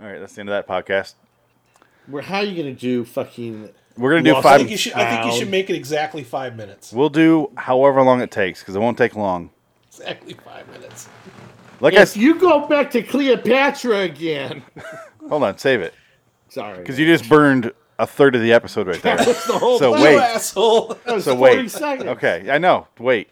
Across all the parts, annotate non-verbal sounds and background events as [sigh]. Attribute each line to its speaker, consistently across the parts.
Speaker 1: All right, that's the end of that podcast.
Speaker 2: Where how are you gonna do fucking?
Speaker 1: We're gonna do
Speaker 2: Lost
Speaker 1: five.
Speaker 3: I think you should. I think you
Speaker 2: Ow.
Speaker 3: should make it exactly five minutes.
Speaker 1: We'll do however long it takes because it won't take long.
Speaker 3: Exactly five minutes.
Speaker 1: Like I
Speaker 2: If
Speaker 1: s-
Speaker 2: you go back to
Speaker 1: [laughs]
Speaker 2: Cleopatra again,
Speaker 1: hold on, save it
Speaker 2: sorry,
Speaker 1: because you just burned a third of the episode right
Speaker 2: [laughs]
Speaker 1: there.
Speaker 2: That's the whole
Speaker 1: so
Speaker 2: point.
Speaker 3: You
Speaker 1: wait,
Speaker 3: asshole.
Speaker 2: That was
Speaker 1: so
Speaker 2: 40
Speaker 1: wait.
Speaker 2: seconds.
Speaker 1: Okay, I know. Wait.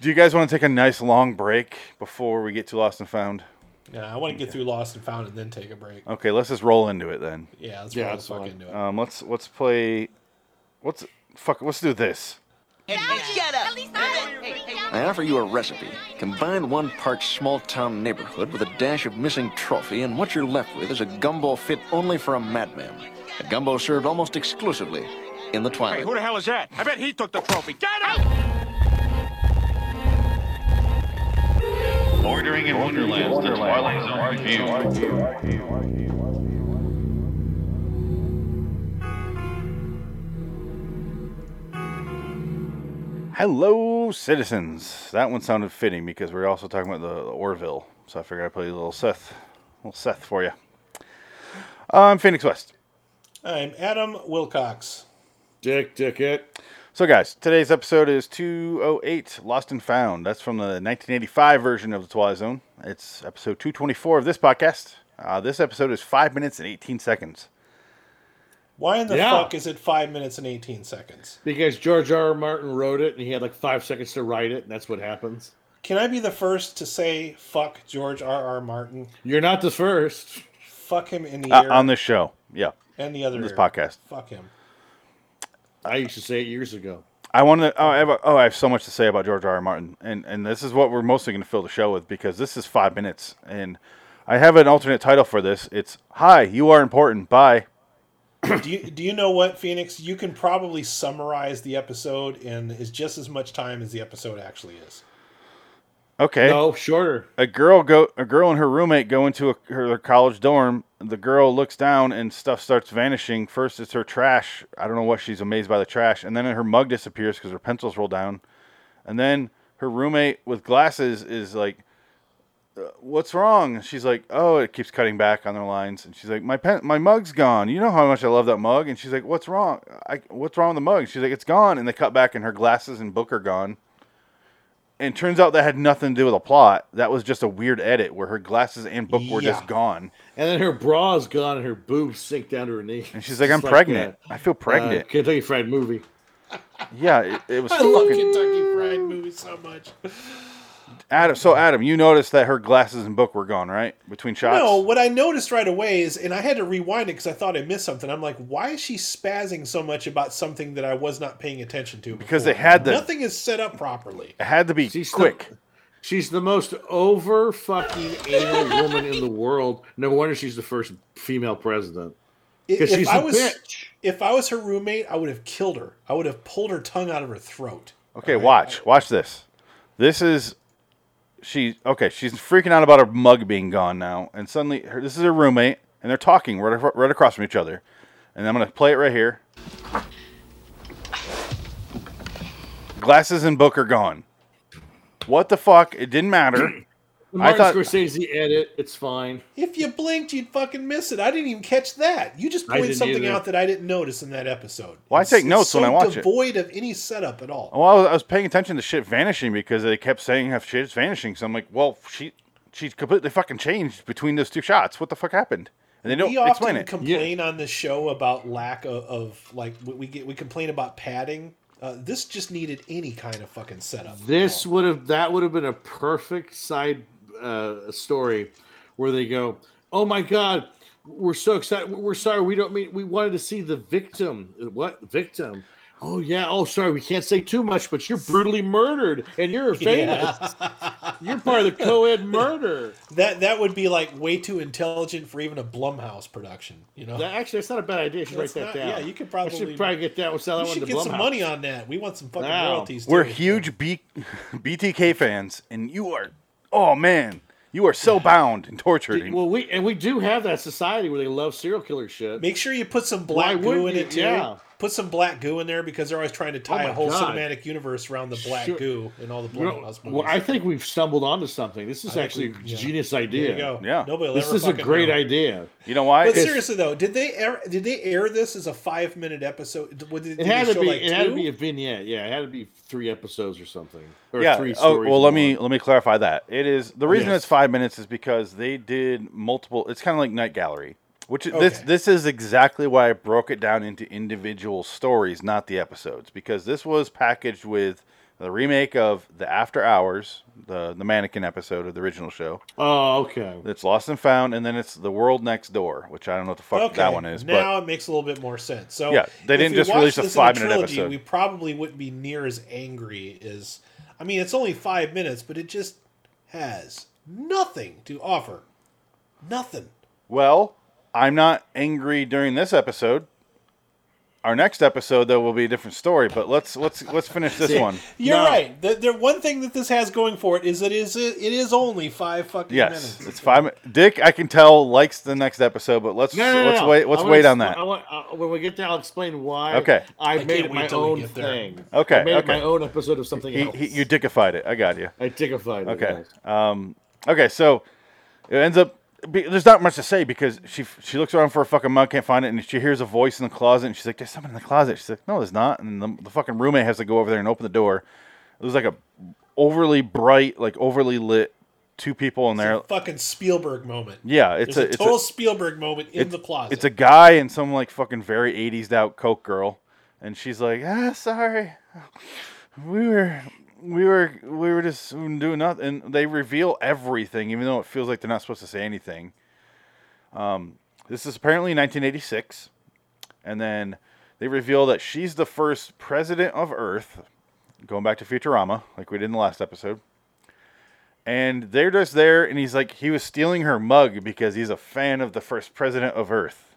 Speaker 1: do you guys want to take a nice long break before we get to Lost and Found?
Speaker 3: Yeah, I want to get through Lost and Found and then take a break.
Speaker 1: Okay, let's just roll into it then.
Speaker 3: Yeah, let's
Speaker 2: Yeah,
Speaker 3: roll the
Speaker 2: that's
Speaker 3: fuck
Speaker 2: fine.
Speaker 3: into it.
Speaker 1: Um, let's let's play. What's fuck? Let's do this.
Speaker 4: Shut up.
Speaker 5: I offer you a recipe. Combine one part small town neighborhood with a dash of missing trophy, and what you're left with is a gumbo fit only for a madman. A gumbo served almost exclusively in the twilight.
Speaker 6: Who the hell is that? I bet he took the trophy. Get out!
Speaker 7: Bordering in Wonderland, the Twilight Zone Review.
Speaker 1: Hello, citizens. That one sounded fitting because we're also talking about the, the Orville, so I figured I'd play a little Seth, little Seth for you. I'm Phoenix West.
Speaker 3: I'm Adam Wilcox.
Speaker 2: Dick, dick it.
Speaker 1: So, guys, today's episode is 208 Lost and Found. That's from the 1985 version of The Twilight Zone. It's episode 224 of this podcast. Uh, this episode is 5 minutes and 18 seconds.
Speaker 3: Why in the
Speaker 2: Yeah.
Speaker 3: fuck is it five minutes and eighteen seconds?
Speaker 2: Because George R. R. Martin wrote it, and he had like five seconds to write it, and that's what happens.
Speaker 3: Can I be the first to say fuck George R. R. Martin?
Speaker 2: You're not the first.
Speaker 3: Fuck him in the
Speaker 1: Uh,
Speaker 3: ear
Speaker 1: on this show. Yeah.
Speaker 3: and the other
Speaker 1: This
Speaker 3: ear.
Speaker 1: podcast.
Speaker 3: Fuck him.
Speaker 2: I used to say it years ago.
Speaker 1: I want to. Oh, I have a, oh, I have so much to say about George R. R. Martin, and and this is what we're mostly going to fill the show with because this is five minutes, and I have an alternate title for this. It's "Hi, you are important." Bye.
Speaker 3: do you do you know what Phoenix? You can probably summarize the episode in is just as much time as the episode actually is.
Speaker 1: Okay.
Speaker 2: No, shorter.
Speaker 1: A girl go. A girl and her roommate go into a, her, their college dorm. The girl looks down, and stuff starts vanishing. First, it's her trash. I don't know what she's amazed by the trash, and then her mug disappears because her pencils roll down, and then her roommate with glasses is like. "Uh, what's wrong? And she's like, oh, it keeps cutting back on their lines. And she's like, my pen, my mug's gone. You know how much I love that mug. And she's like, what's wrong? I, what's wrong with the mug? She's like, it's gone. And they cut back, and her glasses and book are gone. And turns out that had nothing to do with the plot. That was just a weird edit where her glasses and book were
Speaker 3: Yeah.
Speaker 1: just gone.
Speaker 2: And then her bra is gone, and her boobs sink down to her knee.
Speaker 1: And she's like, I'm pregnant.
Speaker 2: Uh,
Speaker 1: I feel pregnant.
Speaker 2: Kentucky Fried movie.
Speaker 1: yeah, it, it was
Speaker 3: Uh, [laughs] I love
Speaker 1: fucking.
Speaker 3: Kentucky Fried movie so much.
Speaker 1: Adam, so Adam, you noticed that her glasses and book were gone, right? Between shots.
Speaker 3: No, what I noticed right away is, and I had to rewind it because I thought I missed something. I'm like, why is she spazzing so much about something that I was not paying attention to?
Speaker 1: Because
Speaker 3: before?
Speaker 1: they had the-
Speaker 3: nothing is set up properly.
Speaker 1: It had to be
Speaker 2: She's still-
Speaker 1: quick.
Speaker 2: She's the most over fucking anal woman in the world. No wonder she's the first female president.
Speaker 3: If,
Speaker 2: Because she's
Speaker 3: I
Speaker 2: a
Speaker 3: was,
Speaker 2: bitch.
Speaker 3: if I was her roommate, I would have killed her. I would have pulled her tongue out of her throat.
Speaker 1: Okay, watch, watch this. This is she. Okay, she's freaking out about her mug being gone now, and suddenly her, this is her roommate, and they're talking right, ac- right across from each other. And I'm gonna play it right here. Glasses and book are gone. What the fuck? It didn't matter.
Speaker 2: The
Speaker 1: I
Speaker 2: Martin
Speaker 1: thought-
Speaker 2: Scorsese edit. It's fine.
Speaker 3: If you blinked, you'd fucking miss it. I didn't even catch that. You just
Speaker 2: I
Speaker 3: pointed
Speaker 2: didn't
Speaker 3: something
Speaker 2: either.
Speaker 3: out that I didn't notice in that episode.
Speaker 1: Well, I
Speaker 3: It's-
Speaker 1: take
Speaker 3: it's
Speaker 1: notes when
Speaker 3: so
Speaker 1: I watch it.
Speaker 3: devoid of any setup at all.
Speaker 1: well, I was, I was paying attention to shit vanishing because they kept saying how shit's vanishing. So I'm like, well, she she's completely fucking changed between those two shots. What the fuck happened? And they don't
Speaker 3: we
Speaker 1: explain
Speaker 3: often
Speaker 1: it.
Speaker 3: complain on this show about lack of, of like we- we get we complain about padding. Uh, this just needed any kind of fucking setup.
Speaker 2: This would have that would have been a perfect side uh, story where they go, "Oh my god, we're so excited. We're sorry. We don't mean we wanted to see the victim. What victim? Oh yeah. Oh sorry. We can't say too much, but you're brutally murdered and you're a famous. You're part of
Speaker 3: [laughs]
Speaker 2: the co-ed murder.
Speaker 3: That that would be like way too intelligent for even a Blumhouse production. You know,
Speaker 2: That, actually, that's not a bad idea. You should
Speaker 3: That's
Speaker 2: write
Speaker 3: not-
Speaker 2: that down.
Speaker 3: yeah, you could
Speaker 2: I
Speaker 3: probably-
Speaker 2: should probably get that. We'll sell that
Speaker 3: we
Speaker 2: one to
Speaker 3: should get some
Speaker 2: Blumhouse.
Speaker 3: money on that. We want some fucking
Speaker 2: Wow.
Speaker 3: royalties.
Speaker 1: We're
Speaker 3: too.
Speaker 1: huge B- [laughs] BTK fans, and you are, oh man, you are so bound and tortured. and-
Speaker 2: Well, we and we do have that society where they love serial killer shit.
Speaker 3: Make sure you put some
Speaker 2: Why
Speaker 3: black
Speaker 2: would
Speaker 3: goo
Speaker 2: not
Speaker 3: in it too.
Speaker 2: Yeah. Oh
Speaker 3: Put some black goo in there because they're always trying to tie
Speaker 2: my
Speaker 3: a whole
Speaker 2: God.
Speaker 3: cinematic universe around the black
Speaker 2: Sure.
Speaker 3: goo and all the
Speaker 2: You
Speaker 3: Blood
Speaker 2: know,
Speaker 3: and Us movies.
Speaker 2: well, I think we've stumbled onto something. This is
Speaker 3: think
Speaker 2: actually
Speaker 3: we-
Speaker 2: a
Speaker 3: yeah.
Speaker 2: genius
Speaker 3: there
Speaker 2: idea.
Speaker 3: you go.
Speaker 1: Yeah.
Speaker 3: Nobody will
Speaker 2: This
Speaker 3: ever
Speaker 2: is a
Speaker 3: fucking
Speaker 2: great
Speaker 3: know.
Speaker 2: idea.
Speaker 1: You know why?
Speaker 3: But
Speaker 1: It's-
Speaker 3: seriously though, did they air did they air this as a five minute episode? Did, did
Speaker 2: It
Speaker 3: they
Speaker 2: had to
Speaker 3: show,
Speaker 2: be.
Speaker 3: like,
Speaker 2: it had to
Speaker 3: two?
Speaker 2: be a vignette. Yeah, it had to be three episodes or something. Or
Speaker 1: yeah.
Speaker 2: Three
Speaker 1: oh,
Speaker 2: stories
Speaker 1: well, let
Speaker 2: long.
Speaker 1: me let me clarify that. It is the reason
Speaker 2: Yes.
Speaker 1: it's five minutes is because they did multiple. It's kind of like Night Gallery, which is this
Speaker 3: Okay.
Speaker 1: this is exactly why I broke it down into individual stories, not the episodes, because this was packaged with the remake of the After Hours, the the mannequin episode of the original show.
Speaker 2: Oh, okay.
Speaker 1: It's Lost and Found, and then it's The World Next Door, which I don't know what the fuck
Speaker 3: Okay,
Speaker 1: that one is, but
Speaker 3: now it makes a little bit more sense. So
Speaker 1: Yeah, they
Speaker 3: if
Speaker 1: didn't
Speaker 3: we
Speaker 1: just
Speaker 3: watched
Speaker 1: release a
Speaker 3: this in
Speaker 1: five-minute
Speaker 3: trilogy,
Speaker 1: episode.
Speaker 3: We probably wouldn't be near as angry as. I mean, it's only five minutes, but it just has nothing to offer. Nothing.
Speaker 1: Well, I'm not angry during this episode. Our next episode though will be a different story, but let's let's let's finish
Speaker 2: [laughs]
Speaker 1: this one.
Speaker 3: You're
Speaker 2: No.
Speaker 3: right. The, the one thing that this has going for it is it is it is only five fucking
Speaker 1: Yes,
Speaker 3: minutes.
Speaker 1: it's five. mi- Dick, I can tell likes the next episode, but let's
Speaker 2: No, no, no,
Speaker 1: let's
Speaker 2: no.
Speaker 1: wait. Let's
Speaker 2: I wanna
Speaker 1: wait on
Speaker 2: expl-
Speaker 1: that.
Speaker 2: I want, uh, when we get there, I'll explain why.
Speaker 1: Okay.
Speaker 2: I, made
Speaker 3: can't
Speaker 2: it
Speaker 3: wait
Speaker 2: my
Speaker 3: till we
Speaker 2: own
Speaker 3: get there.
Speaker 2: thing.
Speaker 1: Okay,
Speaker 2: I made it
Speaker 1: okay.
Speaker 2: my own episode of something
Speaker 1: He,
Speaker 2: else.
Speaker 1: he, you dickified it. I got you.
Speaker 2: I dignified it.
Speaker 1: Okay.
Speaker 2: yes.
Speaker 1: Um. Okay. So it ends up. Be, there's not much to say because she she looks around for a fucking mug, can't find it, and she hears a voice in the closet, and she's like, "There's someone in the closet." She's like, "No, there's not." And the, the fucking roommate has to go over there and open the door. It was like a overly bright, like overly lit, two people in there.
Speaker 3: fucking Spielberg moment.
Speaker 1: Yeah, it's
Speaker 3: There's a,
Speaker 1: it's
Speaker 3: total Spielberg moment in
Speaker 1: it's-
Speaker 3: the closet.
Speaker 1: It's a guy and some like fucking very 80s out coke girl, and she's like, "Ah, sorry, we were." We were we were just doing nothing. And they reveal everything, even though it feels like they're not supposed to say anything. Um, this is apparently 1986, and then they reveal that she's the first president of Earth, going back to Futurama, like we did in the last episode. And they're just there, and he's like, he was stealing her mug because he's a fan of the first president of Earth.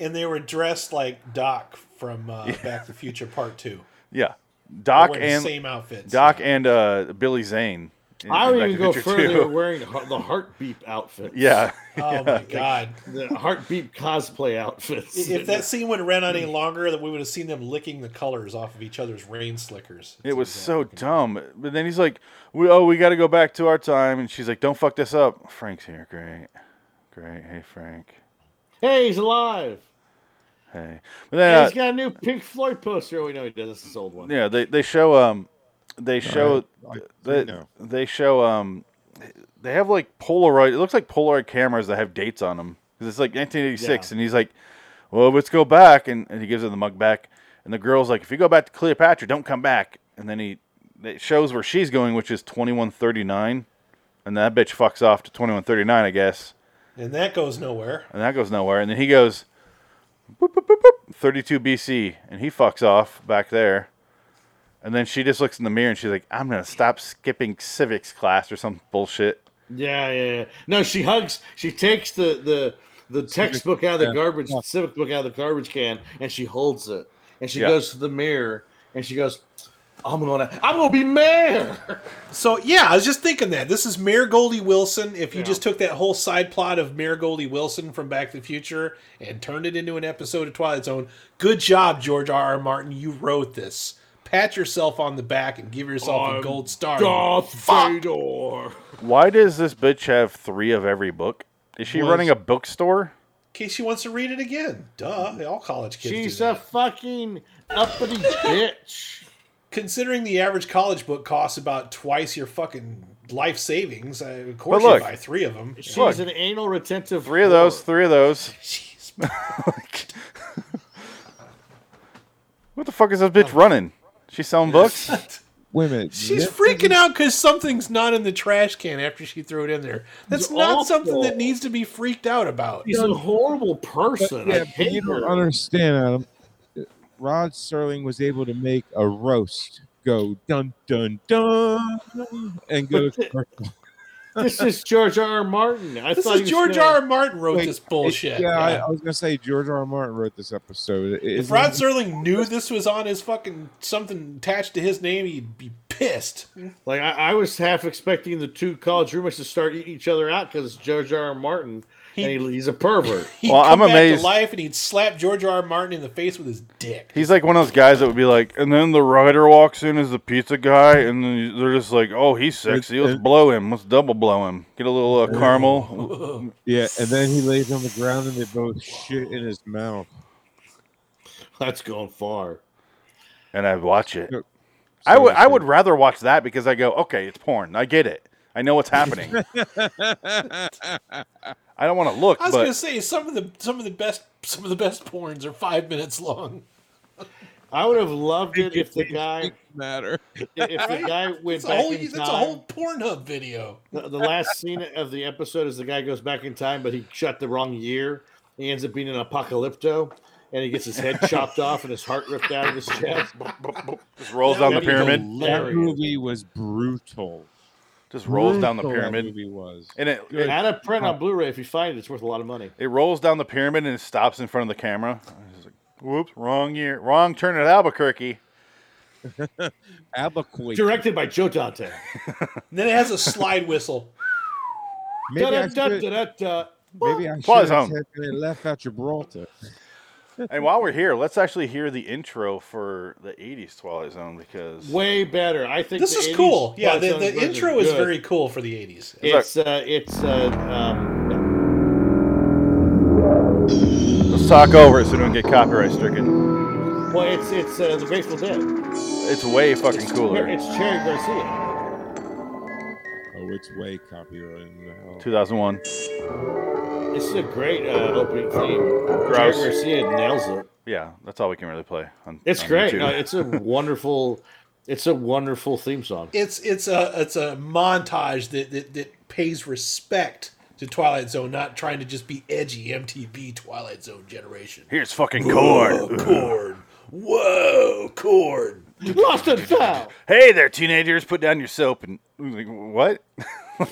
Speaker 3: and they were dressed like Doc from uh, Back to the Future Part Two.
Speaker 1: Yeah, Doc
Speaker 3: Wearing the
Speaker 1: and
Speaker 3: same outfits.
Speaker 1: Doc and uh, Billy Zane. in-
Speaker 2: I
Speaker 1: in
Speaker 2: would
Speaker 1: Back
Speaker 2: even
Speaker 1: to
Speaker 2: go
Speaker 1: the Future
Speaker 2: further. They were
Speaker 1: 2.
Speaker 2: wearing the heart- the heartbeat outfits.
Speaker 1: [laughs] Yeah,
Speaker 3: Oh my
Speaker 1: [laughs]
Speaker 3: god.
Speaker 2: The heartbeat cosplay outfits.
Speaker 3: If that scene would have ran on any longer, that we would have seen them licking the colors off of each other's rain slickers.
Speaker 1: it was so dumb. But then he's like, we, "Oh, we got to go back to our time," and she's like, "Don't fuck this up." Frank's here. Great, great. Hey, Frank.
Speaker 2: hey, he's alive.
Speaker 1: Hey. But then,
Speaker 2: Hey,
Speaker 1: uh,
Speaker 2: he's got a new Pink Floyd poster. Oh, we know he does. This is his old one.
Speaker 1: Yeah, they they show um, they show they,
Speaker 4: now.
Speaker 1: they show um, they have like Polaroid. It looks like Polaroid cameras that have dates on them because it's like 1986,
Speaker 2: Yeah.
Speaker 1: and he's like, "Well, let's go back," and, and he gives her the mug back, and the girl's like, "If you go back to Cleopatra, don't come back." And then he it shows where she's going, which is 2139, and that bitch fucks off to 2139, I guess,
Speaker 3: And that goes nowhere.
Speaker 1: and that goes nowhere. And then he goes, boop, boop, boop, boop, 32 BC, and he fucks off back there. And then she just looks in the mirror and she's like, I'm going to stop skipping civics class or some bullshit.
Speaker 2: Yeah, yeah, yeah. No, she hugs. She takes the the the textbook out of the garbage, civic book out of the garbage can, and she holds it. And she
Speaker 1: Yeah.
Speaker 2: goes to the mirror, and she goes, "I'm gonna, I'm gonna be mayor."
Speaker 3: So yeah, I was just thinking that this is Mayor Goldie Wilson. If you
Speaker 2: Yeah.
Speaker 3: just took that whole side plot of Mayor Goldie Wilson from Back to the Future and turned it into an episode of Twilight Zone, good job, George R. R. Martin. You wrote this. Pat yourself on the back and give yourself a
Speaker 2: I'm
Speaker 3: gold star.
Speaker 2: [laughs] Darth Vader.
Speaker 1: Why does this bitch have three of every book? Is she
Speaker 3: Was-
Speaker 1: running a bookstore?
Speaker 3: In case she wants to read it again. Duh, all college kids.
Speaker 2: She's
Speaker 3: do
Speaker 2: a
Speaker 3: that.
Speaker 2: fucking uppity bitch.
Speaker 3: Considering the average college book costs about twice your fucking life savings, uh, of
Speaker 1: But
Speaker 3: course
Speaker 1: look-
Speaker 3: you buy three of them.
Speaker 2: She's
Speaker 1: Look.
Speaker 2: an anal retentive.
Speaker 1: Three of those, three of those.
Speaker 3: [laughs] Jeez.
Speaker 1: [laughs] What the fuck is this bitch running? She's selling books?
Speaker 4: Wait a minute.
Speaker 3: She's
Speaker 4: Netflix
Speaker 3: freaking out because something's not in the trash can after she threw it in there. That's
Speaker 2: It's
Speaker 3: not
Speaker 2: awful.
Speaker 3: something that needs to be freaked out about.
Speaker 2: She's a horrible person.
Speaker 4: Yeah,
Speaker 2: I
Speaker 4: but you
Speaker 2: hate
Speaker 4: don't
Speaker 2: her.
Speaker 4: understand, Adam. Rod Sterling was able to make a roast go dun dun dun and go. to commercial.
Speaker 2: This is George R. R. Martin. I
Speaker 3: This
Speaker 2: thought
Speaker 3: is George
Speaker 2: gonna-
Speaker 3: R. R. Martin wrote
Speaker 4: Wait,
Speaker 3: this bullshit.
Speaker 4: yeah, I, I was gonna say George R. R. Martin wrote this episode.
Speaker 3: if
Speaker 4: It- it's-
Speaker 3: Rod Serling knew this was on his fucking something attached to his name, he'd be pissed.
Speaker 2: Like I, I was half expecting the two college roommates to start eating each other out because Jar Jar Martin and he, he's a pervert. [laughs]
Speaker 3: He'd
Speaker 1: Well,
Speaker 3: come
Speaker 1: I'm
Speaker 3: back
Speaker 1: amazed-
Speaker 3: to life and he'd slap George R. R. Martin in the face with his dick.
Speaker 1: He's like one of those guys that would be like, and then the writer walks in as the pizza guy, and then they're just like, oh, he's sexy. Let's blow him. Let's double blow him. Get a little uh, caramel.
Speaker 4: Yeah, and then he lays on the ground and they both shit in his mouth.
Speaker 2: That's gone far.
Speaker 1: And I'd watch it. I would I would rather watch that because I go, okay, it's porn. I get it. I know what's
Speaker 4: [laughs]
Speaker 1: happening. I don't want to look,
Speaker 3: I was gonna
Speaker 1: but
Speaker 3: say some of the some of the best some of the best porns are five minutes long.
Speaker 2: I would have loved it if the guy
Speaker 4: matter.
Speaker 2: if the guy went
Speaker 3: That's a
Speaker 2: back
Speaker 3: whole
Speaker 2: in
Speaker 3: that's
Speaker 2: time.
Speaker 3: a whole Pornhub video.
Speaker 2: The, the last scene of the episode is the guy goes back in time, but he shot the wrong year. He ends up being an apocalypto, and he gets his
Speaker 3: [laughs]
Speaker 2: head chopped off and his heart ripped out of his chest.
Speaker 1: just rolls down the
Speaker 2: That'd be
Speaker 1: pyramid.
Speaker 4: That
Speaker 2: hilarious.
Speaker 4: movie was brutal.
Speaker 1: Just rolls down the
Speaker 4: Brutal that
Speaker 1: pyramid.
Speaker 4: Movie was.
Speaker 1: And it, it
Speaker 2: Add a print on Blu-ray if you find it. It's worth a lot of money.
Speaker 1: it rolls down the pyramid and it stops in front of the camera. I was like, Whoops, wrong year. Wrong turn at Albuquerque.
Speaker 4: Abacoy.
Speaker 2: Directed by Joe Dante.
Speaker 3: And then it has a slide whistle.
Speaker 4: Maybe I should've-
Speaker 2: Da-da-da-da-da.
Speaker 4: maybe I should
Speaker 1: Fly
Speaker 4: have
Speaker 1: zone.
Speaker 4: taken it left out Gibraltar.
Speaker 1: And while we're here, let's actually hear the intro for the 80s Twilight Zone because
Speaker 2: Way better. I think
Speaker 3: This
Speaker 2: [laughs] the
Speaker 3: is
Speaker 2: 80s
Speaker 3: cool. Yeah,
Speaker 2: Twilight
Speaker 3: the,
Speaker 2: Zone
Speaker 3: the
Speaker 2: version
Speaker 3: intro is
Speaker 2: good.
Speaker 3: very cool for the eighties.
Speaker 2: It's uh, it's uh, um,
Speaker 1: let's talk over it so we don't get copyright stricken.
Speaker 2: well, it's it's uh, the Grateful Dead.
Speaker 1: It's way fucking cooler.
Speaker 2: It's Cherry Garcia.
Speaker 4: Oh, it's way copyrighted now.
Speaker 1: 2001.
Speaker 2: This is a great uh, opening theme.
Speaker 1: Oh, Gross.
Speaker 2: Cherry Garcia nails it.
Speaker 1: Yeah, that's all we can really play. On,
Speaker 2: It's
Speaker 1: on
Speaker 2: great.
Speaker 1: YouTube. [laughs]
Speaker 2: No, it's a wonderful. It's a wonderful theme song.
Speaker 3: It's it's a it's a montage that that, that pays respect to Twilight Zone, not trying to just be edgy MTV Twilight Zone
Speaker 2: [clears throat]
Speaker 3: generation.
Speaker 1: Here's fucking corn.
Speaker 3: Whoa, corn. Whoa, corn.
Speaker 2: Lost and found.
Speaker 1: Hey there, teenagers, put down your soap and like what?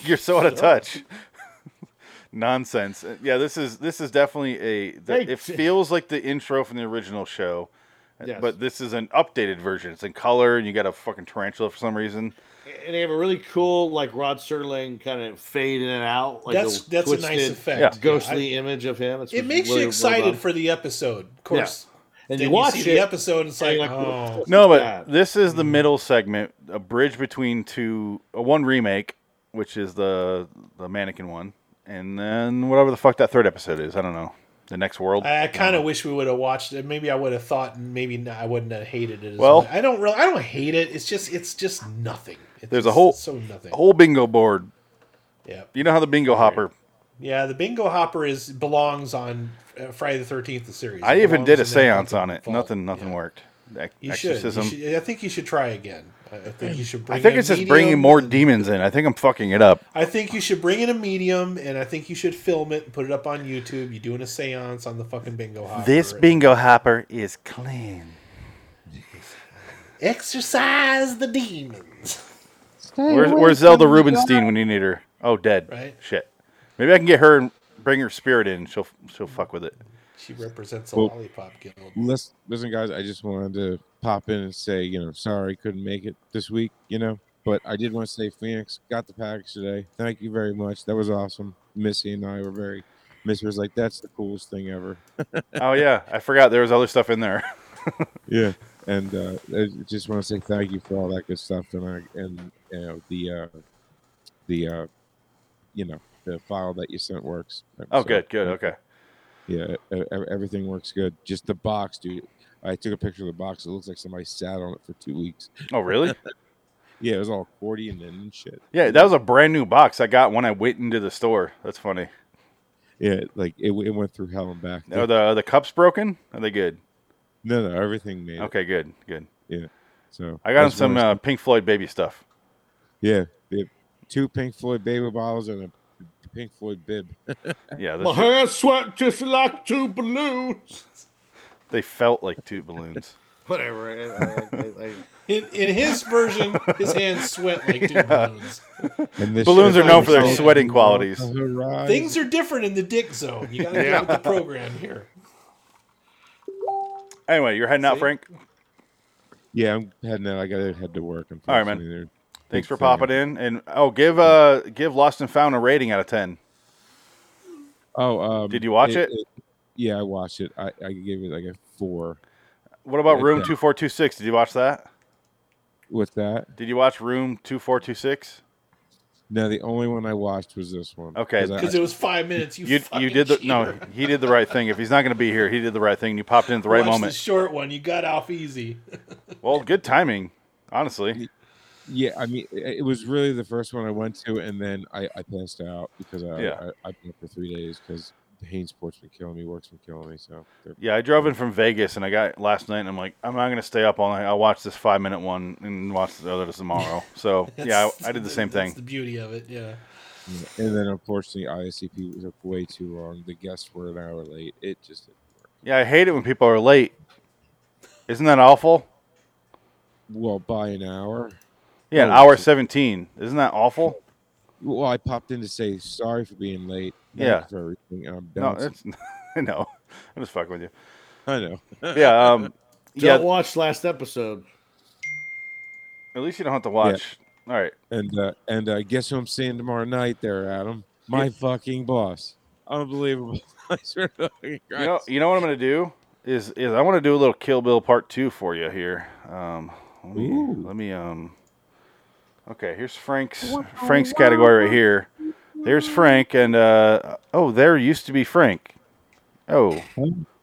Speaker 1: [laughs] You're so out of touch. [laughs] Nonsense. Uh, Yeah, this is this is definitely a. The,
Speaker 2: Hey,
Speaker 1: it
Speaker 2: t-
Speaker 1: feels like the intro from the original show,
Speaker 2: Yes.
Speaker 1: but this is an updated version. It's in color, and you got a fucking tarantula for some reason.
Speaker 2: And they have a really cool, like Rod Serling kind of fade in and out. Like
Speaker 3: That's
Speaker 2: the
Speaker 3: that's a nice
Speaker 2: twisted,
Speaker 1: Yeah.
Speaker 3: effect.
Speaker 2: Ghostly image of him. It's
Speaker 3: It makes
Speaker 2: really
Speaker 3: you
Speaker 2: well
Speaker 3: excited
Speaker 2: done.
Speaker 3: for the episode, of course.
Speaker 2: and
Speaker 3: Then
Speaker 2: you watch
Speaker 3: see
Speaker 2: it.
Speaker 3: the episode, and it's
Speaker 2: and
Speaker 3: like,
Speaker 2: you're like,
Speaker 3: oh,
Speaker 1: No, but
Speaker 2: Yeah.
Speaker 1: this is
Speaker 3: Mm-hmm.
Speaker 1: the middle segment, a bridge between two, uh, one remake, which is the the mannequin one, and then whatever the fuck that third episode is. I don't know. The next world.
Speaker 3: I kind
Speaker 1: Um,
Speaker 3: of wish we would have watched it. Maybe I would have thought, and maybe not, I wouldn't have hated it. As
Speaker 1: Well-
Speaker 3: well, I don't really, I don't hate it. It's just, it's just nothing. It's
Speaker 1: There's a
Speaker 3: just
Speaker 1: whole-
Speaker 3: so nothing.
Speaker 1: Whole bingo board.
Speaker 3: yeah,
Speaker 1: You know how the bingo hopper
Speaker 3: yeah. The bingo hopper is belongs on uh, Friday the Thirteenth the series.
Speaker 1: I
Speaker 3: It
Speaker 1: even did a
Speaker 3: belongs in that
Speaker 1: séance on
Speaker 3: fucking
Speaker 1: it.
Speaker 3: vault.
Speaker 1: Nothing, nothing
Speaker 3: Yeah.
Speaker 1: worked. The ex-
Speaker 3: You should, you
Speaker 1: exorcism.
Speaker 3: should. I think you should try again. I I think you should. Bring
Speaker 1: I think
Speaker 3: in
Speaker 1: it's just
Speaker 3: medium.
Speaker 1: bringing more demons in. I think I'm fucking it up.
Speaker 3: I think you should bring in a medium, and I think you should film it and put it up on YouTube. You're doing a séance on the fucking bingo hopper.
Speaker 1: This
Speaker 3: and-
Speaker 1: bingo hopper is clean.
Speaker 3: exorcise the demons. [laughs]
Speaker 1: Where's, where's Zelda Rubinstein when you need her? Oh, dead.
Speaker 3: Right.
Speaker 1: Shit. Maybe I can get her and bring her spirit in. She'll she'll fuck with it.
Speaker 3: She represents a
Speaker 4: Well-
Speaker 3: lollipop guild.
Speaker 4: Listen, listen, guys. I just wanted to pop in and say, you know, sorry couldn't make it this week. You know, but I did want to say, Phoenix got the package today. Thank you very much. That was awesome. Missy and I were very. Missy was like, "That's the coolest thing ever."
Speaker 1: Oh yeah, I forgot there was other stuff in there. [laughs]
Speaker 4: Yeah, and uh, I just want to say thank you for all that good stuff, and I and you know the uh, the uh, you know the file that you sent works.
Speaker 1: Oh,
Speaker 4: So,
Speaker 1: good, good, okay.
Speaker 4: Yeah, e- e- everything works good. Just the box, dude. I took a picture of the box. It looks like somebody sat on it for two weeks.
Speaker 1: Oh really?
Speaker 4: Yeah, it was all accordion and shit.
Speaker 1: Yeah, that was a brand new box I got when I went into the store. That's funny.
Speaker 4: Yeah, like it, it went through hell and back.
Speaker 1: Are the are the cups broken? Are they good?
Speaker 4: no, no, everything made. it.
Speaker 1: Okay, good, good.
Speaker 4: So
Speaker 1: I got him
Speaker 4: just wanna
Speaker 1: some
Speaker 4: say-
Speaker 1: uh, Pink Floyd baby stuff.
Speaker 4: yeah, yeah, two Pink Floyd baby bottles and a Pink Floyd bib.
Speaker 1: Yeah,
Speaker 2: My [laughs]
Speaker 1: that's
Speaker 2: hair sweat just like two balloons.
Speaker 1: They felt like two balloons.
Speaker 2: Whatever. I- I- I- I-
Speaker 3: In, in his version, his hands sweat
Speaker 1: [laughs]
Speaker 3: like two balloons.
Speaker 4: And this
Speaker 1: Balloons
Speaker 4: shit
Speaker 1: are known for their
Speaker 4: was
Speaker 1: sweating
Speaker 4: all
Speaker 1: qualities.
Speaker 4: on the horizon.
Speaker 3: Things are different in the dick zone. You gotta get with the program here.
Speaker 1: Anyway, you're heading out, Frank.
Speaker 4: Yeah, I'm heading out. I gotta head to work.
Speaker 1: All right, man.
Speaker 4: unfortunately.
Speaker 1: Thanks
Speaker 4: Big
Speaker 1: for
Speaker 4: thing.
Speaker 1: popping in. And oh, give uh give Lost and Found a rating out of ten.
Speaker 4: Oh, um,
Speaker 1: Did you watch it?
Speaker 4: yeah, I watched it. I, I gave it like a four.
Speaker 1: What about
Speaker 4: Yeah,
Speaker 1: Room
Speaker 4: 10.
Speaker 1: two four two six? Did you watch that?
Speaker 4: With that,
Speaker 1: Did you watch Room two four two six?
Speaker 4: no, the only one I watched was this one.
Speaker 1: Okay.
Speaker 4: 'Cause I-
Speaker 3: because it was five minutes. You
Speaker 1: You you
Speaker 3: fucking
Speaker 1: did the no.
Speaker 3: cheater.
Speaker 1: He did the right thing. If he's not going to be here, he did the right thing. You popped in at the right
Speaker 3: Watch
Speaker 1: moment.
Speaker 3: The short one. You got off easy. [laughs]
Speaker 1: well, good timing, honestly.
Speaker 4: yeah, I mean, it it was really the first one I went to, and then I, I passed out because I,
Speaker 1: Yeah.
Speaker 4: I I've been up for three days because Haynesport's been killing me, work's been killing me, so they're-
Speaker 1: Yeah, I drove in from Vegas and I got last night, and I'm like, I'm not going to stay up all night. I'll watch this five minute one and watch the other
Speaker 3: [laughs]
Speaker 1: tomorrow. So yeah,
Speaker 3: That's-
Speaker 1: I, I did the same thing.
Speaker 3: that's The beauty of it, yeah.
Speaker 4: and then unfortunately ISCP took way too long. The guests were an hour late. It just didn't work.
Speaker 1: Yeah, I hate it when people are late. Isn't that awful?
Speaker 4: Well, by an hour.
Speaker 1: Yeah, an
Speaker 4: Oh,
Speaker 1: hour
Speaker 4: shit.
Speaker 1: 17. Isn't that awful?
Speaker 4: Well, I popped in to say sorry for being late. thank
Speaker 1: Yeah.
Speaker 4: you for everything. and I'm
Speaker 1: No,
Speaker 4: done.
Speaker 1: it's, [laughs] I know. I'm just fucking with you.
Speaker 4: I know.
Speaker 1: Yeah, um,
Speaker 2: Don't
Speaker 1: yeah.
Speaker 2: watch last episode.
Speaker 1: At least you don't have to watch. All right.
Speaker 4: And uh, and uh, guess who I'm seeing tomorrow night? There, Adam. My fucking boss. Unbelievable. [laughs] I swear to fucking
Speaker 1: You know,
Speaker 4: Christ.
Speaker 1: you know what I'm gonna do is is I want to do a little Kill Bill Part Two for you here. Um, let me
Speaker 4: Ooh.
Speaker 1: let me um. Okay, here's Frank's Frank's category right here. There's Frank, and uh, oh, there used to be Frank. Oh,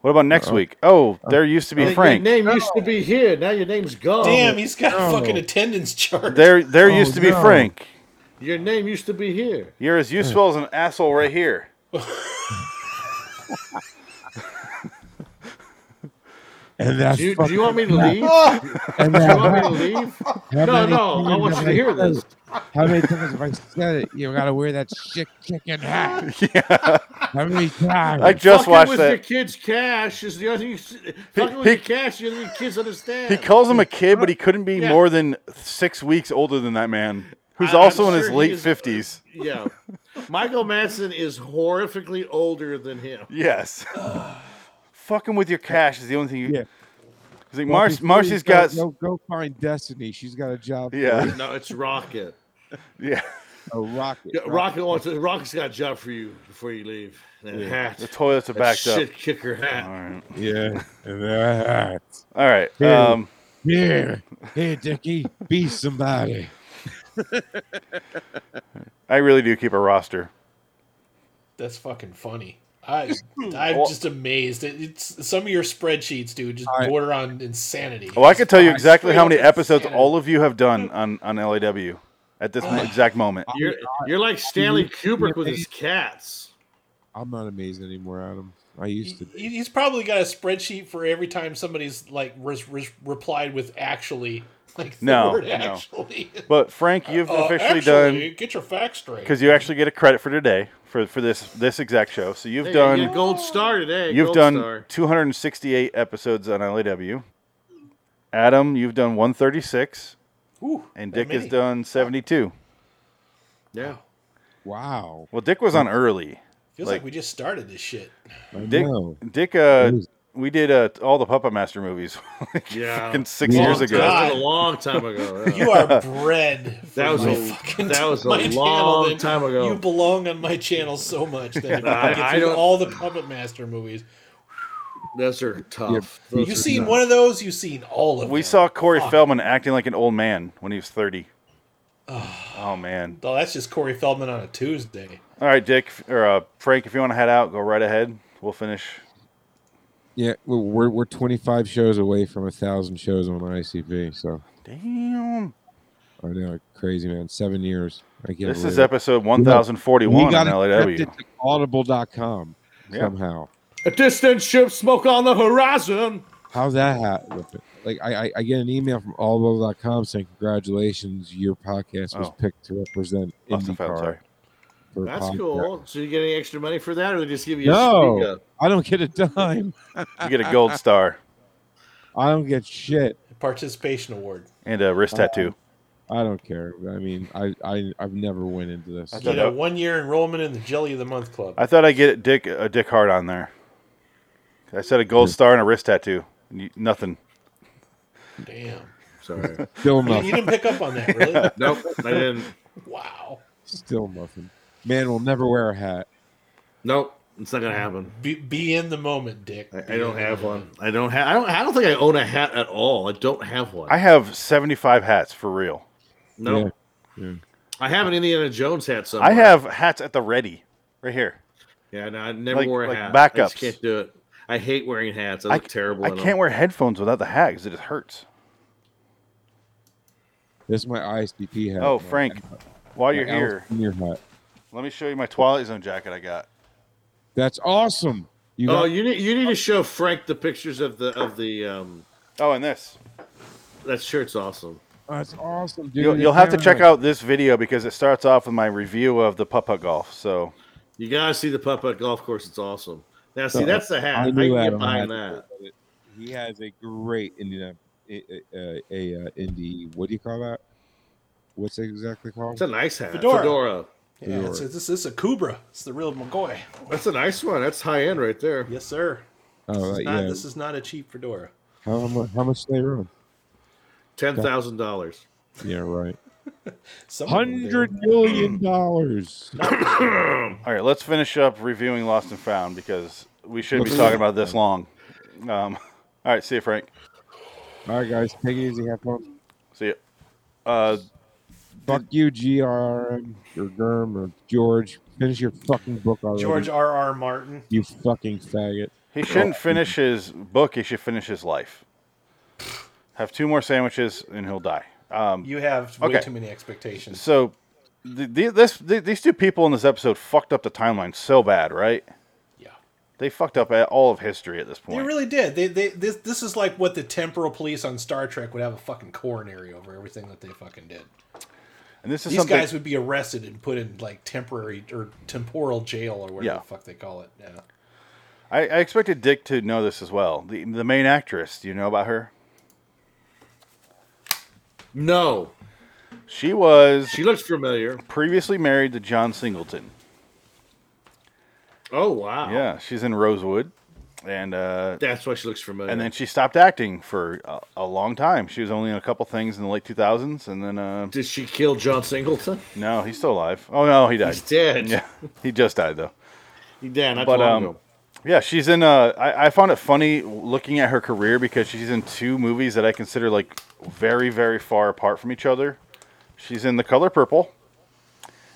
Speaker 1: what about next week? Oh, there used to be
Speaker 2: Your
Speaker 1: Frank.
Speaker 2: name used to be here. Now your name's gone.
Speaker 3: Damn, he's got
Speaker 4: no.
Speaker 3: a fucking attendance chart.
Speaker 1: There there
Speaker 4: Oh,
Speaker 1: used to be
Speaker 4: no.
Speaker 1: Frank.
Speaker 2: Your name used to be here.
Speaker 1: You're as useful as an asshole right here.
Speaker 4: and that's
Speaker 2: Do you, do you want me to leave?
Speaker 4: fucking-
Speaker 2: Do you want
Speaker 4: And
Speaker 1: [laughs]
Speaker 2: me
Speaker 4: that,
Speaker 2: to leave?
Speaker 4: how
Speaker 2: No,
Speaker 4: many
Speaker 2: no. I want
Speaker 4: times
Speaker 2: you
Speaker 4: have
Speaker 2: to
Speaker 4: I
Speaker 2: hear
Speaker 4: said
Speaker 2: this.
Speaker 4: it? How many times have I said it? You gotta wear that shit kicking hat.
Speaker 2: [laughs]
Speaker 1: yeah,
Speaker 4: How many times?
Speaker 1: I just
Speaker 2: fucking
Speaker 1: watched
Speaker 2: with
Speaker 1: that.
Speaker 2: your kids' cash is the other thing. You, s- fucking with
Speaker 1: he-
Speaker 2: your cash, the other thing kids understand.
Speaker 1: He calls him a kid, but he couldn't be
Speaker 2: Yeah.
Speaker 1: more than six weeks older than that man, who's
Speaker 2: I- I'm
Speaker 1: also in his
Speaker 2: sure he
Speaker 1: late
Speaker 2: is-
Speaker 1: fifties.
Speaker 2: yeah, Michael Madsen is horrifically older than him.
Speaker 1: Yes. [sighs] Fucking with your cash is the only thing. You...
Speaker 4: Yeah.
Speaker 1: He's like,
Speaker 4: Well,
Speaker 1: Marcy,
Speaker 4: before you
Speaker 1: Marcy's
Speaker 4: go-
Speaker 1: got.
Speaker 4: Go, go find Destiny. She's got a job. for
Speaker 1: Yeah.
Speaker 4: you.
Speaker 2: No, it's Rocket.
Speaker 1: Yeah.
Speaker 4: a rocket.
Speaker 2: Yeah, Rocket wants. Rocket's got a job for you before you leave. That hat,
Speaker 1: The toilets are
Speaker 2: that
Speaker 1: backed up.
Speaker 2: shit kicker
Speaker 1: All
Speaker 2: hat.
Speaker 1: right.
Speaker 4: Yeah. And that.
Speaker 1: All right.
Speaker 4: Dude.
Speaker 1: Um,
Speaker 4: Here, here, Dickie, be somebody.
Speaker 1: I really do keep a roster.
Speaker 3: That's fucking funny. I
Speaker 1: [laughs]
Speaker 3: I'm
Speaker 1: Well-
Speaker 3: just amazed. It, it's some of your spreadsheets, dude, just
Speaker 4: I-
Speaker 3: border on insanity.
Speaker 1: Well, I could tell you exactly
Speaker 3: straight
Speaker 1: how
Speaker 3: up
Speaker 1: many episodes
Speaker 3: insanity.
Speaker 1: all of you have done on on LAW at this
Speaker 2: Oh.
Speaker 1: mo- exact moment.
Speaker 2: You're you're like Stanley Kubrick with his cats.
Speaker 4: I'm not amazed anymore, Adam. I used to.
Speaker 3: He- He's probably got a spreadsheet for every time somebody's like res- res- replied with "actually," like the
Speaker 1: No,
Speaker 3: word
Speaker 1: no. [laughs]
Speaker 3: "actually."
Speaker 1: But Frank, you've
Speaker 3: Uh,
Speaker 1: officially
Speaker 3: actually,
Speaker 1: done
Speaker 3: Get your facts straight.
Speaker 1: because you actually get a credit for today for for this this exact show. So you've
Speaker 2: Hey, you
Speaker 1: done
Speaker 2: get a gold star today.
Speaker 1: You've
Speaker 2: gold
Speaker 1: done
Speaker 2: Star.
Speaker 1: 268 episodes on LAW. Adam, you've done 136,
Speaker 3: Ooh,
Speaker 1: and
Speaker 3: that
Speaker 1: Dick has
Speaker 3: many.
Speaker 1: done 72.
Speaker 2: Yeah.
Speaker 4: Wow.
Speaker 1: Well, Dick was on early.
Speaker 3: Feels
Speaker 1: like-
Speaker 3: like, we just started
Speaker 1: [laughs]
Speaker 3: this shit.
Speaker 4: I
Speaker 1: Dick,
Speaker 4: know.
Speaker 1: Dick, uh,
Speaker 4: Crazy.
Speaker 1: we did uh, all the Puppet Master movies [laughs] like
Speaker 2: Yeah.
Speaker 1: fucking six
Speaker 4: Long
Speaker 1: years
Speaker 2: Long
Speaker 1: ago.
Speaker 2: time- That was a long
Speaker 1: [laughs]
Speaker 2: time ago. yeah.
Speaker 3: You are bred. for
Speaker 2: That was
Speaker 3: my
Speaker 2: a-
Speaker 3: fucking-
Speaker 2: that was a
Speaker 3: my channel,
Speaker 2: long
Speaker 3: dude.
Speaker 2: time ago.
Speaker 3: You belong on my channel so
Speaker 2: [laughs]
Speaker 3: much that if
Speaker 2: I-
Speaker 3: I,
Speaker 2: I
Speaker 3: get through
Speaker 2: don't-
Speaker 3: all the Puppet Master movies.
Speaker 2: Those are tough. Those
Speaker 3: You've
Speaker 2: are
Speaker 3: seen
Speaker 2: tough.
Speaker 3: one of those. You've seen all of them.
Speaker 1: We saw Corey
Speaker 3: Fuck.
Speaker 1: Feldman acting like an old man when he was 30. Oh man!
Speaker 3: Oh, that's just Corey Feldman on a Tuesday.
Speaker 1: All right, Dick or uh, Frank, if you want to head out, go right ahead. We'll finish.
Speaker 4: Yeah, we're- we're we're 25 shows away from a thousand shows on ICP. So
Speaker 1: Damn!
Speaker 4: I know, crazy man. Seven years. I can't
Speaker 1: This is
Speaker 4: believe it.
Speaker 1: episode 1041 on LAW.
Speaker 4: accepted to Audible.com
Speaker 1: Yeah.
Speaker 4: somehow.
Speaker 2: A distant ship, smoke on the horizon.
Speaker 4: How that happen? Like I, I, I get an email from audible.com saying congratulations, your podcast was
Speaker 1: Oh.
Speaker 4: picked to represent
Speaker 1: Lost and found.
Speaker 4: IndyCar
Speaker 1: Sorry.
Speaker 4: for
Speaker 2: That's
Speaker 1: Um,
Speaker 4: podcast."
Speaker 2: cool. So you get any extra money for that, or they just give you a
Speaker 4: No.
Speaker 2: speak up?
Speaker 4: I don't get a dime.
Speaker 1: You get a gold star
Speaker 4: I don't get shit.
Speaker 3: Participation award.
Speaker 1: and a wrist tattoo.
Speaker 4: I don't care. I mean, I, I I've never went into this.
Speaker 1: That's
Speaker 3: You
Speaker 1: Yeah.
Speaker 3: know, one year enrollment in the Jelly of the Month Club.
Speaker 1: I thought I'd get Dick a Dick Hart on there. I said a gold star and a wrist tattoo. N- Nothing.
Speaker 3: Damn.
Speaker 2: Sorry.
Speaker 4: Still
Speaker 3: You,
Speaker 4: nothing.
Speaker 3: you didn't pick up on that, really?
Speaker 2: nope, I didn't.
Speaker 3: wow.
Speaker 4: Still nothing. Man will never wear a hat.
Speaker 2: Nope, it's not gonna happen.
Speaker 3: Be, be in the moment, Dick.
Speaker 2: I, I don't have one. I don't have. I don't. I don't think I own a hat at all. I don't have one.
Speaker 1: I have 75 hats for real.
Speaker 2: no.
Speaker 4: Yeah, yeah.
Speaker 2: I have an Indiana Jones hat somewhere.
Speaker 1: I have hats at the ready, right here.
Speaker 2: Yeah, no, I never
Speaker 1: Like-
Speaker 2: wore a
Speaker 1: like
Speaker 2: hat. I
Speaker 1: backups.
Speaker 2: just can't do it. I hate wearing hats. I
Speaker 1: I
Speaker 2: look
Speaker 1: c-
Speaker 2: terrible.
Speaker 1: I
Speaker 2: in
Speaker 1: can't
Speaker 2: them.
Speaker 1: wear headphones without the hat because it just hurts.
Speaker 4: This is my ISDP hat.
Speaker 1: Oh,
Speaker 4: My
Speaker 1: Frank, while
Speaker 4: Al-
Speaker 1: you're
Speaker 4: my Al
Speaker 1: here,
Speaker 4: Junior hat.
Speaker 1: let me show you my Twilight Zone jacket I got.
Speaker 4: That's awesome. You
Speaker 2: Oh,
Speaker 4: got,
Speaker 2: you need you need to show Frank the pictures of the of the um.
Speaker 1: Oh, and this.
Speaker 2: That shirt's awesome.
Speaker 4: that's awesome, dude.
Speaker 1: You'll,
Speaker 4: It's
Speaker 1: you'll have to check
Speaker 4: down.
Speaker 1: out this video because it starts off with my review of the putt putt golf. So
Speaker 2: You gotta see the putt putt golf course. It's awesome. Now, see,
Speaker 4: So,
Speaker 2: that's the hat. I,
Speaker 4: I
Speaker 2: can
Speaker 4: knew
Speaker 2: get
Speaker 4: Adam had
Speaker 2: behind
Speaker 4: that.
Speaker 2: that.
Speaker 4: He has a great Indian, uh, uh, a uh, indie. What do you call that? What's it exactly called?
Speaker 2: It's a nice hat.
Speaker 3: Fedora.
Speaker 2: Fedora.
Speaker 3: Yeah, it's a, this is a Cobra. It's the real McCoy.
Speaker 2: That's a nice one. That's high end right there.
Speaker 3: Yes, sir.
Speaker 4: oh,
Speaker 3: This
Speaker 4: right,
Speaker 3: is not,
Speaker 4: yeah.
Speaker 3: This is not a cheap fedora.
Speaker 4: how, much, how much they run?
Speaker 2: Ten thousand dollars.
Speaker 4: Yeah, right.
Speaker 3: Some of them do.
Speaker 4: Hundred million dollars.
Speaker 1: All right, let's finish up reviewing Lost and Found because we shouldn't be
Speaker 4: Let's-
Speaker 1: talking about this long. Um, [laughs] all right, see you, Frank.
Speaker 4: All right, guys, take it easy. Have fun.
Speaker 1: See you. Uh,
Speaker 4: Fuck you, GRM or Germ or George. Finish your fucking book already.
Speaker 3: George R. R. Martin.
Speaker 4: you fucking faggot.
Speaker 1: he shouldn't finish his book. He should finish his life. Have two more sandwiches and he'll die. Um,
Speaker 3: You have way
Speaker 1: Okay.
Speaker 3: too many expectations.
Speaker 1: so the, the, this the, these two people in this episode fucked up the timeline so bad, right?
Speaker 3: Yeah.
Speaker 1: They fucked up at- all of history at this
Speaker 3: They
Speaker 1: point.
Speaker 3: really did. They, they this this is like what the temporal police on Star Trek would have a fucking coronary over everything that they fucking did.
Speaker 1: and this is
Speaker 3: These
Speaker 1: something.
Speaker 3: guys would be arrested and put in like temporary or temporal jail or whatever
Speaker 1: Yeah.
Speaker 3: the fuck they call it. Yeah.
Speaker 1: I, I expected Dick to know this as well. The the main actress, do you know about her?
Speaker 2: No,
Speaker 1: She was
Speaker 2: she looks familiar.
Speaker 1: previously married to John Singleton.
Speaker 2: Oh wow.
Speaker 1: Yeah, she's in Rosewood, and uh,
Speaker 2: That's why she looks familiar.
Speaker 1: and then she stopped acting for a, a long time. She was only in a couple things in the late 2000s, and then uh,
Speaker 2: did she kill John Singleton?
Speaker 1: no, he's still alive. Oh no, he died.
Speaker 2: He's dead.
Speaker 1: Yeah, he just died though.
Speaker 2: He dead. Not
Speaker 1: But,
Speaker 2: but,
Speaker 1: um, Yeah, she's in. Uh, I, I found it funny looking at her career because she's in two movies that I consider like very, very far apart from each other. She's in The Color Purple,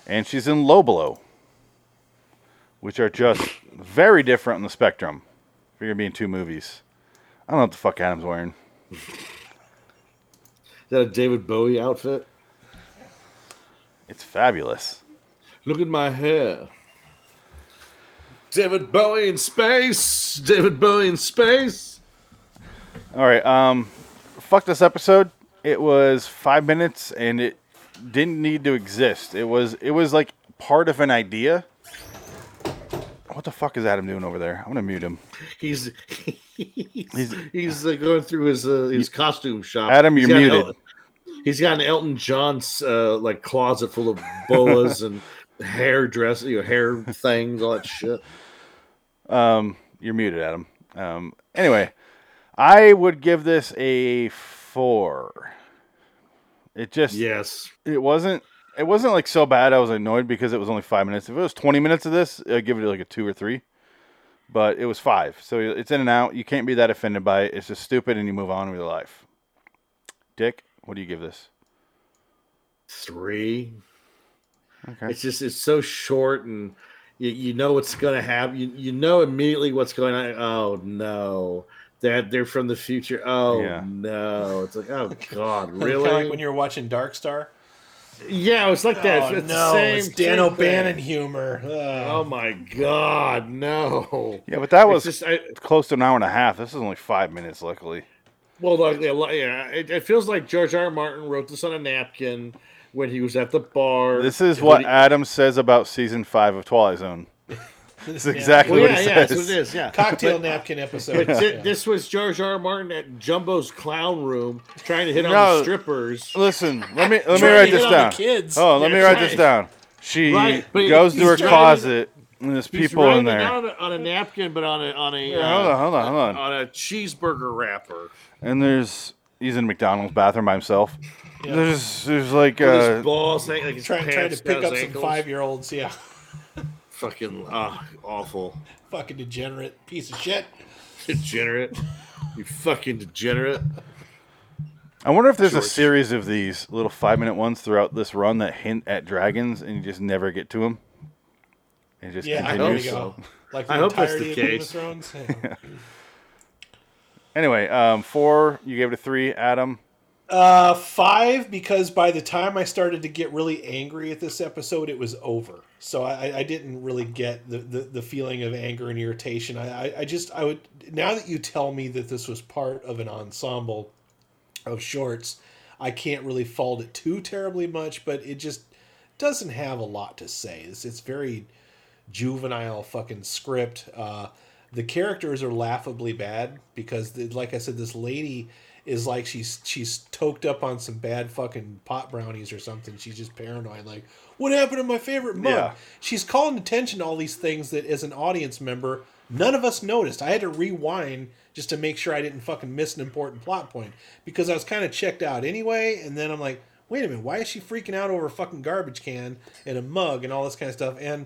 Speaker 1: and she's in Low Blow, which are just very different on the spectrum. If you're gonna be in two movies, I don't know what the fuck Adam's wearing.
Speaker 2: Is that a David Bowie outfit?
Speaker 1: It's fabulous.
Speaker 2: Look at my hair. David Bowie in space. David Bowie in space.
Speaker 1: All right, um, fuck this episode. It was five minutes, and it didn't need to exist. It was it was like part of an idea. What the fuck is Adam doing over there? I'm gonna mute him.
Speaker 2: He's [laughs] he's he's uh, going through his uh, his costume shop.
Speaker 1: Adam,
Speaker 2: He's
Speaker 1: you're
Speaker 2: got an
Speaker 1: muted.
Speaker 2: El- he's got an Elton John's uh, like closet full of
Speaker 1: [laughs]
Speaker 2: boas and hair dress, you know, hair things, all that shit.
Speaker 1: You're muted, Adam. Um, anyway, I would give this a four. It just
Speaker 2: Yes,
Speaker 1: it wasn't it wasn't like so bad. I was annoyed because it was only five minutes. If it was 20 minutes of this, I'd give it like a two or three. But it was five, so it's in and out. You can't be that offended by it. It's just stupid, and you move on with your life. Dick, what do you give this?
Speaker 2: three.
Speaker 1: Okay.
Speaker 2: It's just it's so short and. You, you know what's gonna happen. You, you know immediately what's going on. Oh no, that they're from the future. Oh
Speaker 1: Yeah.
Speaker 2: no, it's like
Speaker 3: [laughs]
Speaker 2: oh god,
Speaker 3: Kinda
Speaker 2: really?
Speaker 3: like when you're watching Dark Star.
Speaker 2: yeah, it's like that.
Speaker 3: oh
Speaker 2: it's, it's the
Speaker 3: no,
Speaker 2: same-
Speaker 3: it's Dan
Speaker 2: same
Speaker 3: O'Bannon
Speaker 2: thing.
Speaker 3: humor.
Speaker 2: [laughs]
Speaker 3: Ugh.
Speaker 2: Oh my god, no.
Speaker 1: Yeah, but that was
Speaker 2: It's just I,
Speaker 1: close to an hour and a half. This is only five minutes, luckily.
Speaker 2: well, like yeah, like, yeah, it, it feels like George R. R. Martin wrote this on a napkin when he was at the bar.
Speaker 1: This is
Speaker 2: When
Speaker 1: what
Speaker 2: he-
Speaker 1: Adam says about season five of Twilight
Speaker 2: [laughs]
Speaker 1: Zone. It's exactly
Speaker 2: well,
Speaker 1: what
Speaker 2: yeah,
Speaker 1: he
Speaker 2: yeah, that's
Speaker 1: says.
Speaker 2: what it is. Yeah,
Speaker 3: Cocktail napkin episode.
Speaker 2: But thi-
Speaker 1: [laughs]
Speaker 3: Yeah.
Speaker 2: This was George R. R. Martin at Jumbo's clown room trying to hit on
Speaker 1: No.
Speaker 2: the strippers.
Speaker 1: Listen, let me let me
Speaker 3: Trying to
Speaker 1: write
Speaker 3: hit
Speaker 1: this
Speaker 3: on the
Speaker 1: down.
Speaker 3: kids.
Speaker 1: Oh, let me
Speaker 2: Yeah,
Speaker 1: write this
Speaker 2: right.
Speaker 1: down. She
Speaker 2: Right, but he-
Speaker 1: goes to
Speaker 2: he's
Speaker 1: her
Speaker 2: trying-
Speaker 1: closet and there's
Speaker 2: He's
Speaker 1: people in
Speaker 2: writing it
Speaker 1: there.
Speaker 2: on a, on a napkin, but on a on a
Speaker 1: Yeah, hold
Speaker 2: uh,
Speaker 1: on, hold on, hold on.
Speaker 2: on a cheeseburger wrapper.
Speaker 1: And there's he's in McDonald's bathroom by himself.
Speaker 3: Yeah.
Speaker 1: There's there's like
Speaker 2: With his
Speaker 1: uh,
Speaker 2: balls hang- like his
Speaker 3: Trying, trying to
Speaker 2: pants down
Speaker 3: pick up
Speaker 2: his
Speaker 3: some
Speaker 2: ankles.
Speaker 3: five year olds. Yeah.
Speaker 2: Fucking ah, awful.
Speaker 3: [laughs] Fucking degenerate piece of shit.
Speaker 2: Degenerate. you fucking degenerate.
Speaker 1: I wonder if there's
Speaker 2: George.
Speaker 1: a series of these little five minute ones throughout this run that hint at dragons and you just never get to them. It just
Speaker 3: Yeah, I hope
Speaker 1: continues.
Speaker 3: so. Like the
Speaker 2: I hope that's
Speaker 3: entirety
Speaker 2: the
Speaker 3: of Game of
Speaker 2: [laughs]
Speaker 3: Thrones. Yeah.
Speaker 1: Anyway, um, four. You gave it a three, Adam.
Speaker 3: Uh, five because by the time I started to get really angry at this episode, it was over. So I, I- I didn't really get the, the, the feeling of anger and irritation. I, I, I just I would now that you tell me that this was part of an ensemble of shorts, I can't really fault it too terribly much. But it just doesn't have a lot to say. It's it's very juvenile fucking script. Uh, the characters are laughably bad because, the, like I said, this lady is like she's she's toked up on some bad fucking pot brownies or something. She's just paranoid. Like, what happened to my favorite mug?
Speaker 1: Yeah.
Speaker 3: She's calling attention to all these things that, as an audience member, none of us noticed. I had to rewind just to make sure I didn't fucking miss an important plot point because I was kind of checked out anyway. And then I'm like, wait a minute, why is she freaking out over a fucking garbage can and a mug and all this kind of stuff? And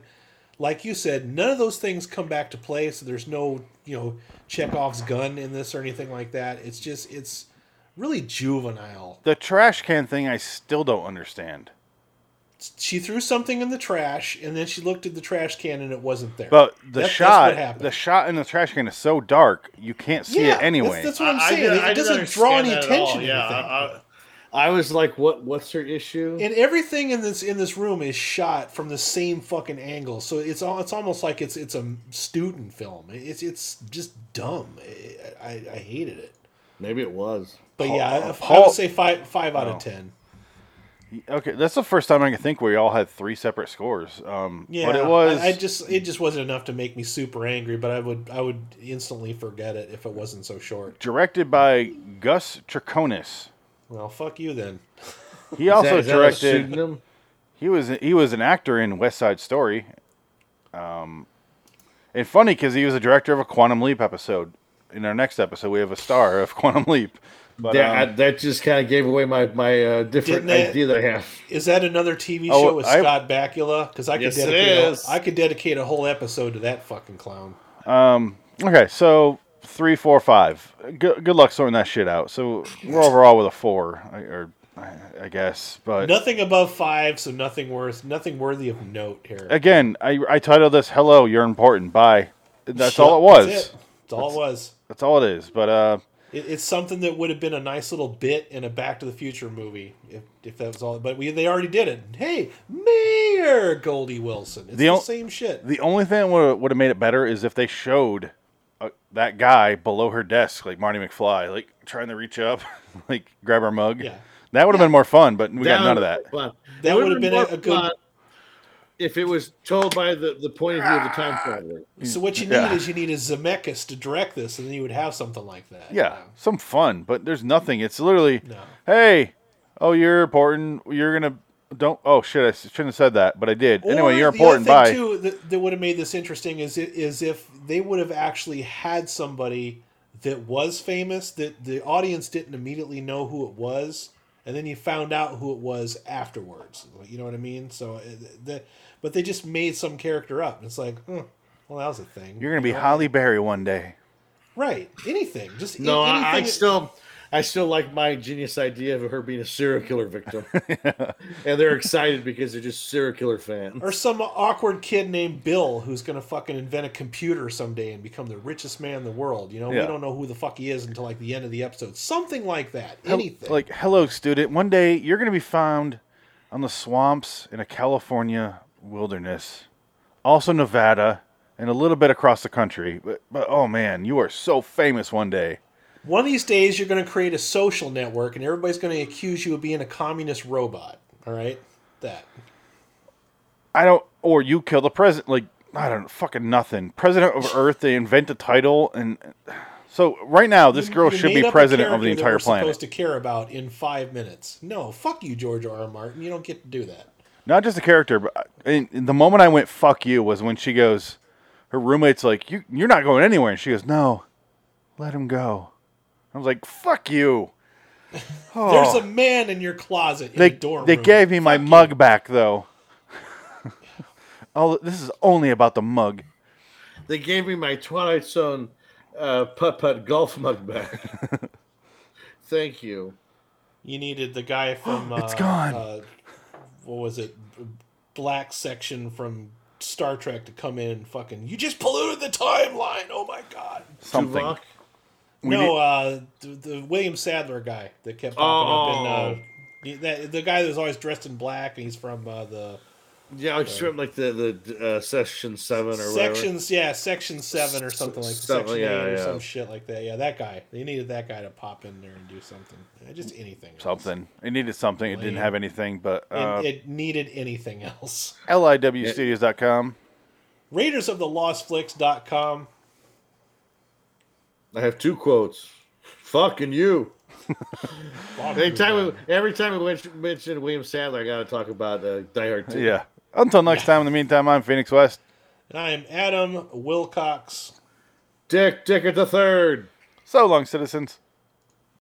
Speaker 3: like you said, none of those things come back to play. So there's no, you know, Chekhov's gun in this or anything like that. It's just, it's really juvenile.
Speaker 1: The trash can thing, I still don't understand.
Speaker 3: She threw something in the trash, and then she looked at the trash can, and it wasn't there.
Speaker 1: But the
Speaker 3: That- that's what
Speaker 1: shot,
Speaker 3: happened.
Speaker 1: the shot in the trash can is so dark you can't see it
Speaker 3: that's-
Speaker 1: anyway.
Speaker 3: That's, what I'm saying. it doesn't draw any attention. to
Speaker 2: Yeah,
Speaker 3: anything.
Speaker 2: I, I- I was like, what? What's her issue?
Speaker 3: and everything in this in this room is shot from the same fucking angle. So it's all it's almost like it's it's a student film. It's it's just dumb. I, I, I hated it.
Speaker 2: Maybe it was.
Speaker 3: But yeah, I, I
Speaker 1: Paul- Oh.
Speaker 3: would say five five out of ten.
Speaker 1: okay, that's the first time I can think we all had three separate scores. Um,
Speaker 3: Yeah,
Speaker 1: but it was
Speaker 3: I, I just it just wasn't enough to make me super angry. But I would I would instantly forget it if it wasn't so short.
Speaker 1: directed by Gus Traconis.
Speaker 3: Well, fuck you then.
Speaker 1: He also
Speaker 2: Is that- is that a
Speaker 1: directed.
Speaker 2: pseudonym?
Speaker 1: He was he was an actor in West Side Story. Um, and funny because he was the director of a Quantum Leap episode. In our next episode, we have a star of [laughs] Quantum Leap. But
Speaker 2: That,
Speaker 1: um,
Speaker 2: I- that just kind of gave away my my uh, different
Speaker 3: Didn't it?
Speaker 2: idea that I have.
Speaker 3: Is that another TV
Speaker 1: Oh,
Speaker 3: show with
Speaker 1: I-
Speaker 3: Scott Bakula? Because I could
Speaker 2: Yes, it
Speaker 3: dedicate a-
Speaker 2: is.
Speaker 3: I could dedicate a whole episode to that fucking clown.
Speaker 1: okay, so three, four, five. Good, good luck sorting that shit out. So we're overall with a four, I- or I, I guess. But
Speaker 3: Nothing above five, so nothing worth, nothing worthy of note here.
Speaker 1: again, I I titled this "Hello, You're Important." Bye. That's all it was.
Speaker 3: That's it. That's all it was.
Speaker 1: That's all it is. But uh,
Speaker 3: It, it's something that would have been a nice little bit in a Back to the Future movie if, if that was all. But we they already did it. Hey, Mayor Goldie Wilson. It's
Speaker 1: The
Speaker 3: the,
Speaker 1: on-
Speaker 3: same shit.
Speaker 1: The only thing that would have made it better is if they showed uh, that guy below her desk, like Marty McFly, like trying to reach up, [laughs] like grab her mug. [laughs]
Speaker 3: Yeah.
Speaker 1: That would have been more fun, but we got
Speaker 2: Down
Speaker 1: none of that.
Speaker 2: plot.
Speaker 3: That
Speaker 2: It
Speaker 3: would
Speaker 2: would've
Speaker 3: have been a-
Speaker 2: more
Speaker 3: a good-
Speaker 2: plot If it was told by the, the point of view of the time traveler,
Speaker 3: so what you need
Speaker 1: yeah.
Speaker 3: is you need a Zemeckis to direct this, and then you would have something like that.
Speaker 1: Yeah, some fun, but there's nothing. It's literally,
Speaker 3: No.
Speaker 1: hey, oh, you're important. You're going to, don't, oh, shit, I shouldn't have said that, but I did.
Speaker 3: Or
Speaker 1: anyway, you're
Speaker 3: the
Speaker 1: important.
Speaker 3: Other
Speaker 1: Bye.
Speaker 3: thing too that, that would have made this interesting is it, is if they would have actually had somebody that was famous that the audience didn't immediately know who it was, and then you found out who it was afterwards. You know what I mean? So it- the, but they just made some character up. It's like, hmm, well, that was a thing.
Speaker 1: You're going to be Holly Berry one day.
Speaker 3: right. Anything. Just a-
Speaker 2: no, I, I
Speaker 3: anything-
Speaker 2: still I still like my genius idea of her being a serial
Speaker 1: [laughs]
Speaker 2: killer victim, and they're excited because they're just serial killer fans.
Speaker 3: Or some awkward kid named Bill who's going to fucking invent a computer someday and become the richest man in the world. You know,
Speaker 1: Yeah.
Speaker 3: we don't know who the fuck he is until like the end of the episode. Something like that. Anything.
Speaker 1: Like, hello, student. One day you're going to be found on the swamps in a California wilderness, also Nevada, and a little bit across the country. But, but oh man, you are so famous one day.
Speaker 3: One of these days, you're going to create a social network and everybody's going to accuse you of being a communist robot. All right? That.
Speaker 1: I don't, or you kill the president. Like, I don't know, fucking nothing. President of Earth, they invent a title. And so right now, this girl
Speaker 3: You
Speaker 1: should be
Speaker 3: made up a
Speaker 1: president of the
Speaker 3: character that
Speaker 1: entire
Speaker 3: we're
Speaker 1: planet.
Speaker 3: supposed to care about in five minutes. No, fuck you, George R. R. Martin. You don't get to do that.
Speaker 1: not just the character, but uh, and the moment I went "fuck you" was when she goes, her roommate's like, "You you're not going anywhere," and she goes, "No, let him go." I was like, "Fuck you." Oh.
Speaker 3: [laughs] There's a man in your closet. In
Speaker 1: they
Speaker 3: the dorm
Speaker 1: they
Speaker 3: room.
Speaker 1: gave me my mug back though. [laughs] oh, this is only about the mug.
Speaker 2: They gave me my Twilight Zone uh, putt putt golf mug back.
Speaker 1: [laughs]
Speaker 2: Thank you.
Speaker 3: You needed
Speaker 1: [gasps]
Speaker 3: the guy from. Uh,
Speaker 1: It's gone.
Speaker 3: Uh, what was it? B- Black section from Star Trek to come in and fucking. You just polluted the timeline. Oh my god.
Speaker 1: Something.
Speaker 2: Tuvok?
Speaker 1: We
Speaker 3: no,
Speaker 1: need-
Speaker 3: uh, the, the William Sadler guy that kept popping up
Speaker 2: Oh.
Speaker 3: in. Uh, that, the guy that was always dressed in black and he's from uh, the
Speaker 2: Yeah, I just remember like the the uh, section seven or whatever.
Speaker 3: sections, yeah, section seven or something like
Speaker 2: Seven,
Speaker 3: section
Speaker 2: yeah,
Speaker 3: eight or
Speaker 2: yeah.
Speaker 3: some shit like that. Yeah, that guy. They needed that guy to pop in there and do something. Yeah, Just anything. else.
Speaker 1: Something. It needed something. It didn't
Speaker 3: Lame.
Speaker 1: have anything, but
Speaker 3: It,
Speaker 1: uh,
Speaker 3: it needed anything [laughs] else.
Speaker 1: liwstudios.com.
Speaker 3: Raiders of the Lost Flicks.com.
Speaker 2: I have two quotes. Fucking you.
Speaker 3: Fuck you,
Speaker 2: Anytime
Speaker 3: man.
Speaker 2: we, every time we men- mention William Sadler, I gotta talk about uh, Die Hard Two.
Speaker 1: Yeah. Until next time. In the meantime, I'm Phoenix West.
Speaker 3: And I am Adam Wilcox.
Speaker 2: Dick Dicker the Third.
Speaker 1: So long, citizens.